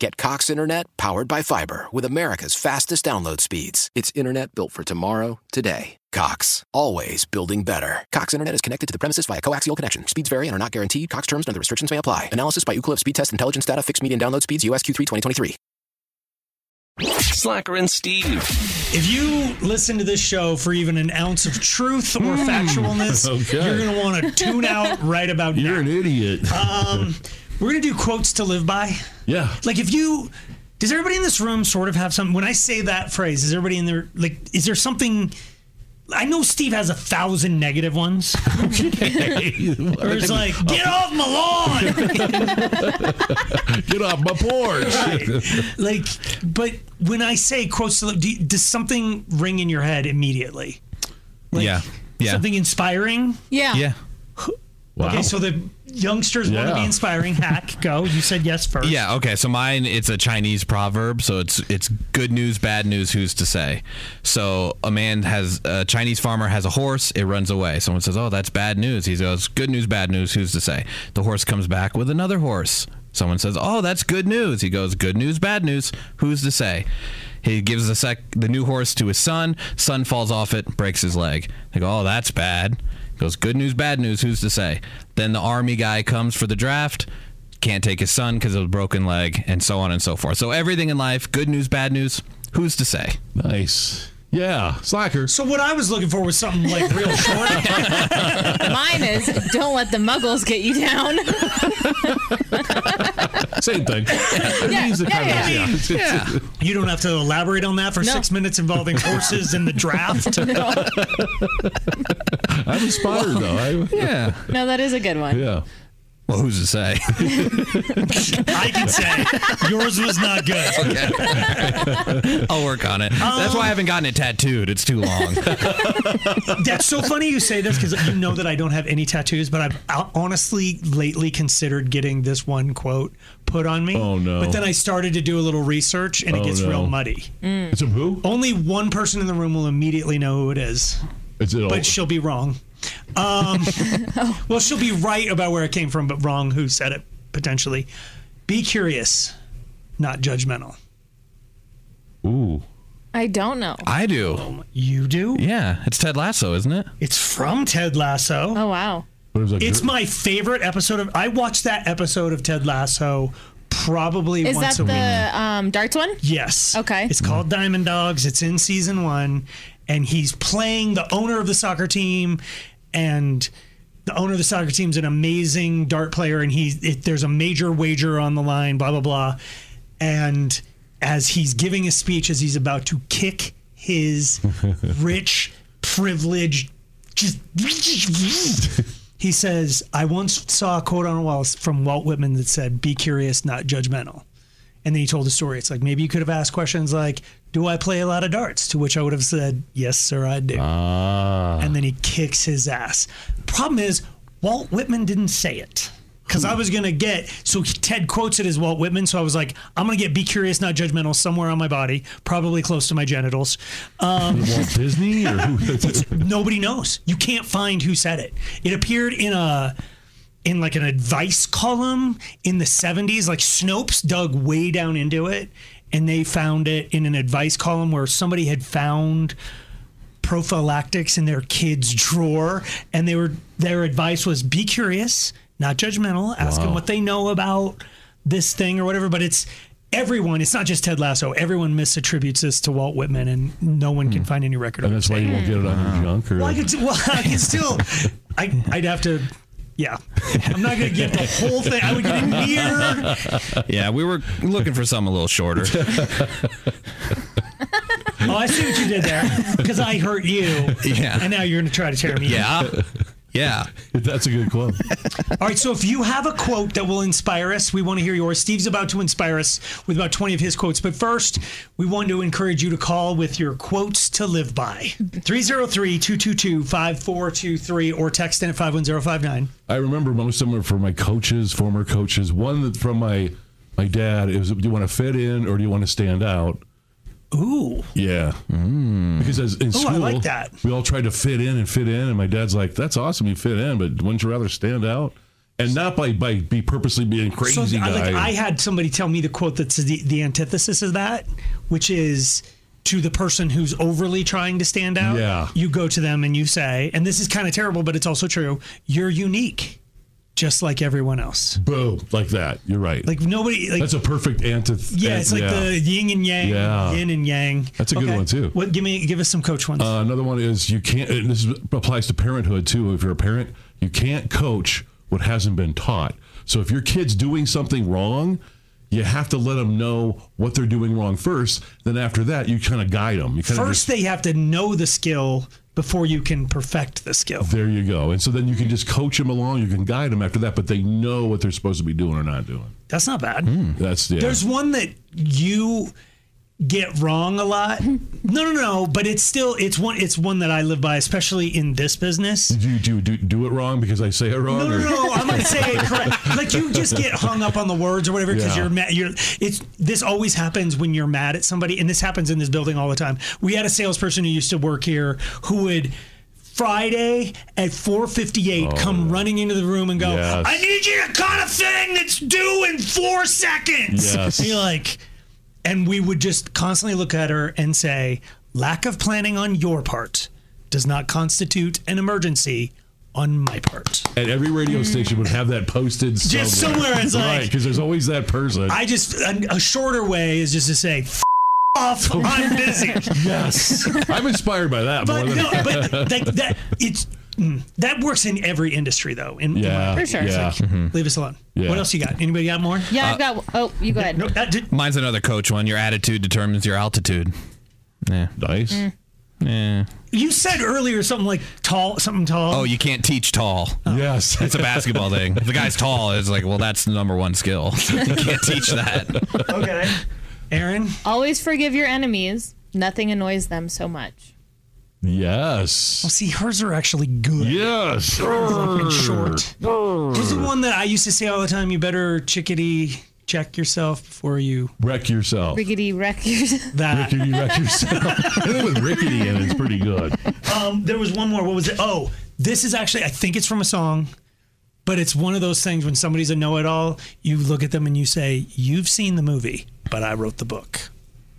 Get Cox Internet powered by fiber with America's fastest download speeds. It's internet built for tomorrow, today. Cox, always building better. Cox Internet is connected to the premises via coaxial connection. Speeds vary and are not guaranteed. Cox terms and other restrictions may apply. Analysis by Ookla Speed Test Intelligence Data. Fixed median download speeds. USQ3 2023. Slacker and Steve. If you listen to this show for even an ounce of truth or factualness, Hmm. Okay. you're going to want to tune out right about You're now. an idiot. Um, we're going to do quotes to live by. yeah. Like, if you. Does everybody in this room sort of have something? When I say that phrase, is everybody in there? Like, is there something. I know Steve has a thousand negative ones. Or it's like, get off my lawn! Get off my porch. like, but when I say quotes to live, do you- does something ring in your head immediately? Like, yeah. Yeah. Something inspiring? Yeah. yeah. Wow. Okay, so the youngsters want to Yeah. be inspiring. Hack, go. You said yes first. Yeah, okay. So mine it's a Chinese proverb, so it's it's good news, bad news, who's to say. So a man has a Chinese farmer has a horse, it runs away. Someone says, "Oh, that's bad news." He goes, "Good news, bad news, who's to say?" The horse comes back with another horse. Someone says, "Oh, that's good news." He goes, "Good news, bad news, who's to say?" He gives the sec the new horse to his son. Son falls off it, breaks his leg. They go, "Oh, that's bad." Goes, "Good news, bad news, who's to say?" Then the army guy comes for the draft can't take his son because of a broken leg, and so on and so forth. So everything in life, good news, bad news, who's to say? Nice. Yeah. Slacker. So what I was looking for was something like real short. Mine is don't let the muggles get you down. Same thing. It Yeah, means the yeah, kind of- yeah. It's- it's- you don't have to elaborate on that for No. six minutes involving horses and the draft. I'm inspired though. I, Yeah. No, that is a good one. yeah. Well, who's to say? I can say yours was not good. I'll work on it. That's why I haven't gotten it tattooed. It's too long. That's so funny you say this because you know that I don't have any tattoos, but I've o- honestly lately considered getting this one quote put on me. Oh, no. But then I started to do a little research and it Oh, gets no. real muddy. It's a who? Only one person in the room will immediately know who it is. It's an but she'll be wrong. Um, Oh. Well, she'll be right about where it came from, but wrong who said it potentially. Be curious, not judgmental. Ooh. I don't know. I do. You do? Yeah. It's Ted Lasso, isn't it? It's from Ted Lasso. Oh wow. But it was like It's my favorite episode of. I watched that episode of Ted Lasso probably Is once that a week. the um, darts one? Yes. Okay. It's called Diamond Dogs. It's in season one, and he's playing the owner of the soccer team, and the owner of the soccer team's an amazing dart player, and he it, there's a major wager on the line. Blah blah blah, and as he's giving a speech, as he's about to kick his rich, privileged, just. He says, I once saw a quote on a wall from Walt Whitman that said, Be curious, not judgmental. And then he told the story. It's like maybe you could have asked questions like, "Do I play a lot of darts?" To which I would have said, "Yes, sir, I do." And then he kicks his ass. Problem is, Walt Whitman didn't say it because I was gonna get. So Ted quotes it as Walt Whitman. So I was like, "I'm gonna get be curious, not judgmental, somewhere on my body, probably close to my genitals." Um, Walt Disney or who? nobody knows. You can't find who said it. It appeared in a in like an advice column in the 70s. Like Snopes dug way down into it and they found it in an advice column where somebody had found prophylactics in their kid's drawer and they were their advice was be curious, not judgmental, ask them what they know about this thing or whatever, but it's Everyone, it's not just Ted Lasso. Everyone misattributes this to Walt Whitman, and no one can find any record of and it. that's why you won't get it on your junk or Well, I could, well, I could still. I, I'd have to Yeah. I'm not going to get the whole thing. I would get it near. Yeah, we were looking for something a little shorter. Oh, I see what you did there. Because I hurt you. Yeah. And now you're going to try to tear me. down. Yeah. Yeah. That's a good club. All right. So if you have a quote that will inspire us, we want to hear yours. Steve's about to inspire us with about 20 of his quotes. But first, we want to encourage you to call with your quotes to live by 303 222 5423 or text in at 51059. I remember most of them are from my coaches, former coaches. One that from my my dad is, do you want to fit in or do you want to stand out? Ooh. Yeah, because as in Ooh, school, I like that. we all tried to fit in and fit in, and my dad's like, "That's awesome, you fit in, but wouldn't you rather stand out?" And not by by be purposely being So crazy I, guy. like, I had somebody tell me the quote that's the, the antithesis of that, which is to the person who's overly trying to stand out, Yeah. you go to them and you say, and this is kind of terrible, but it's also true, you're unique, just like everyone else. Boom, like that. You're right. Like nobody, like, that's a perfect antithesis. yeah, it's like the yin and yang, Yeah. yin and yang. That's a good one, too. What, give me, give us some coach ones. Uh, another one is you can't. And this is- applies to parenthood too. If you're a parent, you can't coach what hasn't been taught. So if your kid's doing something wrong, you have to let them know what they're doing wrong first. Then after that, you kind of guide them. You kind of First, they have to know the skill before you can perfect the skill. There you go. And so then you can just coach them along. You can guide them after that, but they know what they're supposed to be doing or not doing. That's not bad. That's yeah. There's one that you get wrong a lot. No, no, no. But it's still it's one it's one that I live by, especially in this business. do you do, do do it wrong because I say it wrong? No, no, or- no. I'm gonna say it correct. Like you just get hung up on the words or whatever because Yeah. you're mad. You're it's this always happens when you're mad at somebody, and this happens in this building all the time. We had a salesperson who used to work here who would. Friday at 4:58, come running into the room and go, Oh. Yes. "I need you to cut a thing that's due in four seconds." Yes. And you're like, and we would just constantly look at her and say, "Lack of planning on your part does not constitute an emergency on my part." And every radio station would have that posted somewhere. Mm. Just somewhere, it's like- right because there's always that person. I just a, a shorter way is just to say F- off. I'm busy. yes, I'm inspired by that. But more than, no, but that, that it's mm, that works in every industry though. In, in yeah, For sure. yeah. my- leave us alone. Yeah. What else you got? Anybody got more? Yeah, I've got. Oh, you go ahead. Uh, No, that did, Mine's another coach one. Your attitude determines your altitude. Mm-hmm. nice. Mm. Yeah. you said earlier something like tall, something tall. Oh, you can't teach tall. Yes, It's a basketball thing. If the guy's tall, it's like, well, that's the number one skill. You can't teach that. Oh. okay. Aaron, Always forgive your enemies. Nothing annoys them so much. yes, see, hers are actually good. yes. and short. This is one that I used to say all the time. You better chickadee check yourself before you Wreck yourself. Rickety wreck. your- that. Rickety, wreck yourself. Anything with rickety in it is pretty good. Um, there was one more. What was it? Oh, this is actually I think it's from a song, but it's one of those things when somebody's a know-it-all, you look at them and you say, "You've seen the movie, but I wrote the book."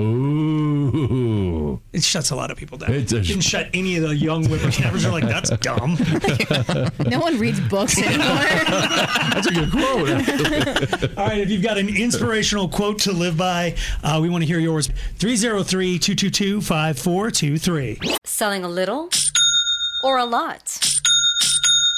Ooh. It shuts a lot of people down. It does. didn't shut any of the young whippersnappers. They're like, "That's dumb." No one reads books anymore. That's a good quote. All right, if you've got an inspirational quote to live by, uh, we want to hear yours. 303-222-5423. Selling a little or a lot?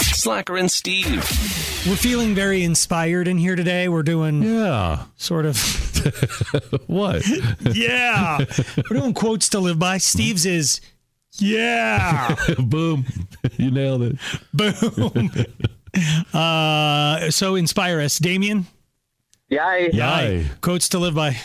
Slacker and Steve. We're feeling very inspired in here today. We're doing Yeah. sort of What? yeah. We're doing quotes to live by. Steve's is yeah. Boom. You nailed it. Boom. Uh, so inspire us, Damien. Yeah, Yay. Quotes to live by.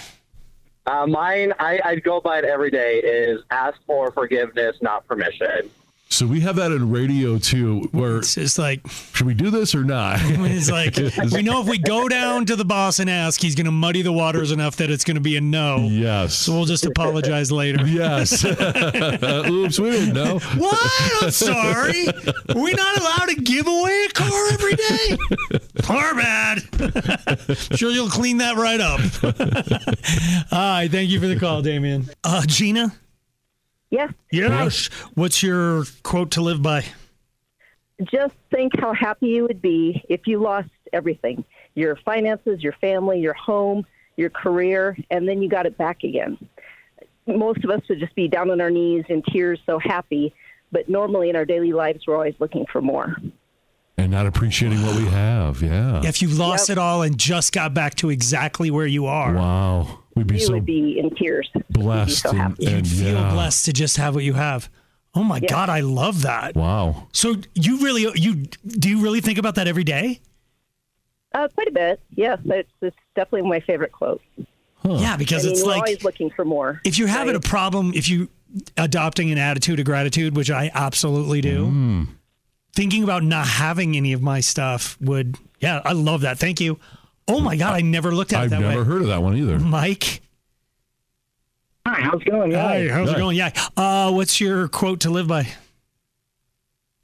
I, uh, mine, I, I'd go by it every day, is ask for forgiveness, not permission. So we have that in radio too. Where It's just like should we do this or not? it's like we know if we go down to the boss and ask, he's going to muddy the waters enough that it's going to be a no. yes. So we'll just apologize later. yes. Oops, we didn't know. What? I'm sorry. Are we not allowed to give away a car every day? Car bad. sure, you'll clean that right up. All right. Thank you for the call, Damien. Uh, Gina? Yes, Yes. What's your quote to live by? just think how happy you would be if you lost everything your finances, your family, your home, your career, and then you got it back again. Most of us would just be down on our knees in tears, so happy. But normally in our daily lives, we're always looking for more. And not appreciating what we have. Yeah. If you lost it all and just got back to exactly where you are, Wow. We'd be You so would be in tears. You'd be blessed. so and, happy. and you'd feel yeah. blessed to just have what you have. Oh my God, I love that. Wow. So you really you do you really think about that every day? Uh, quite a bit. Yes, it's, it's definitely my favorite quote. Yeah, I because mean, it's we're like always looking for more. if you're having right? a problem, if you adopting an attitude of gratitude, which I absolutely do, Mm. thinking about not having any of my stuff would yeah, I love that. Thank you. Oh my God, I never looked at it I've that never way. heard of that one either. Mike, Hi, how's it going? hi, how's it Hi. going? Yeah. Uh, what's your quote to live by?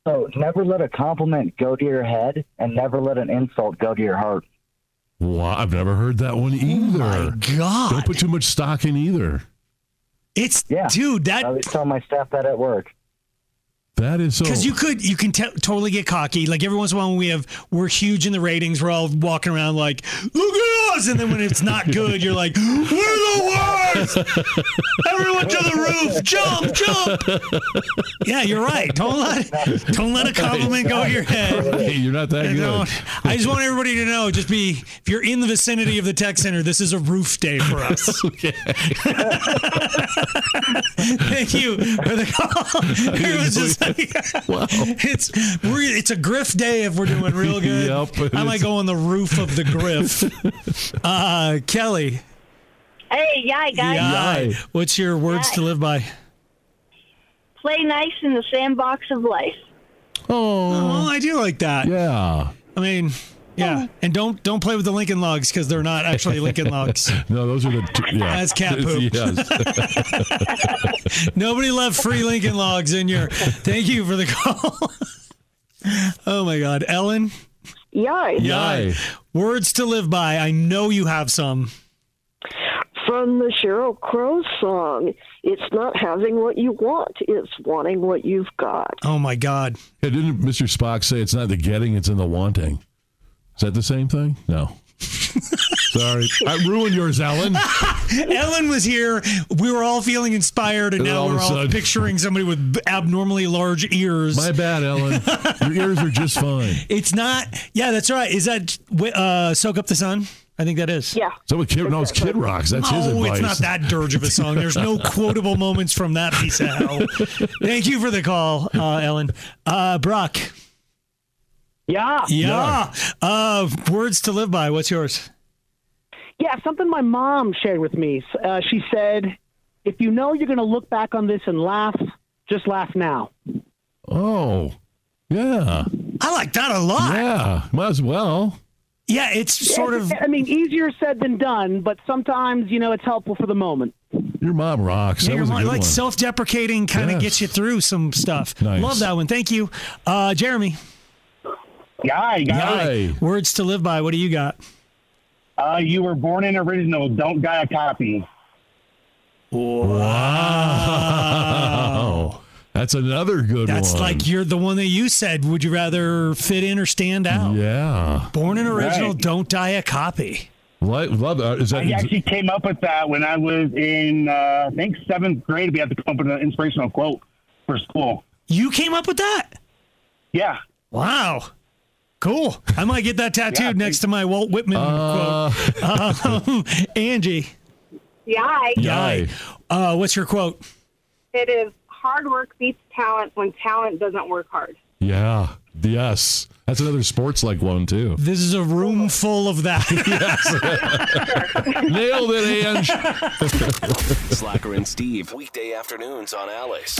So never let a compliment go to your head and never let an insult go to your heart. Wow. I've never heard that one either. Mm-hmm. Oh My Don't God, put too much stock in either. it's Yeah. dude I that always tell my staff that at work. That is so. Because you could, you can te- totally get cocky. Like every once in a while, when we have, we're huge in the ratings. We're all walking around like, look at us. And then when it's not good, you're like, we're the worst. Everyone to the roof, jump, jump. Yeah, you're right. Don't let, don't let a compliment go to your head. Hey, you're not that I good. don't. I just want everybody to know. Just be if you're in the vicinity of the tech center, this is a roof day for us. Thank you for the call. Everyone's just like, it's we're, it's a griff day if we're doing real good. Yep, it I might is. go on the roof of the griff. uh, Kelly, Hey, yeah, guys. Yai, what's your words to live by? Play nice in the sandbox of life. Oh. Well, I do like that. Yeah. I mean. Yeah, and don't don't play with the Lincoln logs because they're not actually Lincoln logs. No, those are the. Two, yeah. That's cat poop. Yes. Nobody left free Lincoln logs in your. Thank you for the call. oh my God, Ellen, Yeah. Yay. words to live by. I know you have some. From the Cheryl Crow song, it's not having what you want, it's wanting what you've got. Oh my God, Hey, didn't Mr. Spock say it's not the getting, it's in the wanting? Is that the same thing? No. Sorry. I ruined yours, Ellen. Ellen was here. We were all feeling inspired, and, And then now all of we're a all sudden- picturing somebody with b- abnormally large ears. My bad, Ellen. Your ears are just fine. It's not. Yeah, that's right. Is that wi- uh, soak up the sun? I think that is. Yeah. So with Kid, no, it's Kid Rocks. That's his oh, advice. it's not that dirge of a song. There's no quotable moments from that piece of hell. Thank you for the call, uh, Ellen. Uh, Brock. Yeah. Yeah. Uh, words to live by. What's yours? Yeah, something my mom shared with me. Uh, she said, if you know you're going to look back on this and laugh, just laugh now. Oh, yeah. I like that a lot. Yeah, might as well. Yeah, it's sort of. I mean, easier said than done, but sometimes, you know, it's helpful for the moment. Your mom rocks. That Yeah, was a like good one. self-deprecating kind of Yes. gets you through some stuff. Nice. Love that one. Thank you, uh, Jeremy. Yay, guy. Words to live by. What do you got? Uh, you were born in original. Don't guy a copy. Wow. Oh, That's another good That's one. like you're the one that you said. Would you rather fit in or stand out? Yeah. Born an original, Right. don't die a copy. Like, love that. Is that I actually came up with that when I was in, uh, I think, seventh grade. We had to come up with an inspirational quote for school. You came up with that? Yeah. Wow. Cool. I might get that tattooed next to my Walt Whitman Uh, quote. Um, Angie. Yay. Yai. Uh, what's your quote? It is hard work beats talent when talent doesn't work hard. Yeah. Yes. That's another sports like one too. This is a room full of that. Nailed it, Ange. Slacker and Steve. Weekday afternoons on Alice.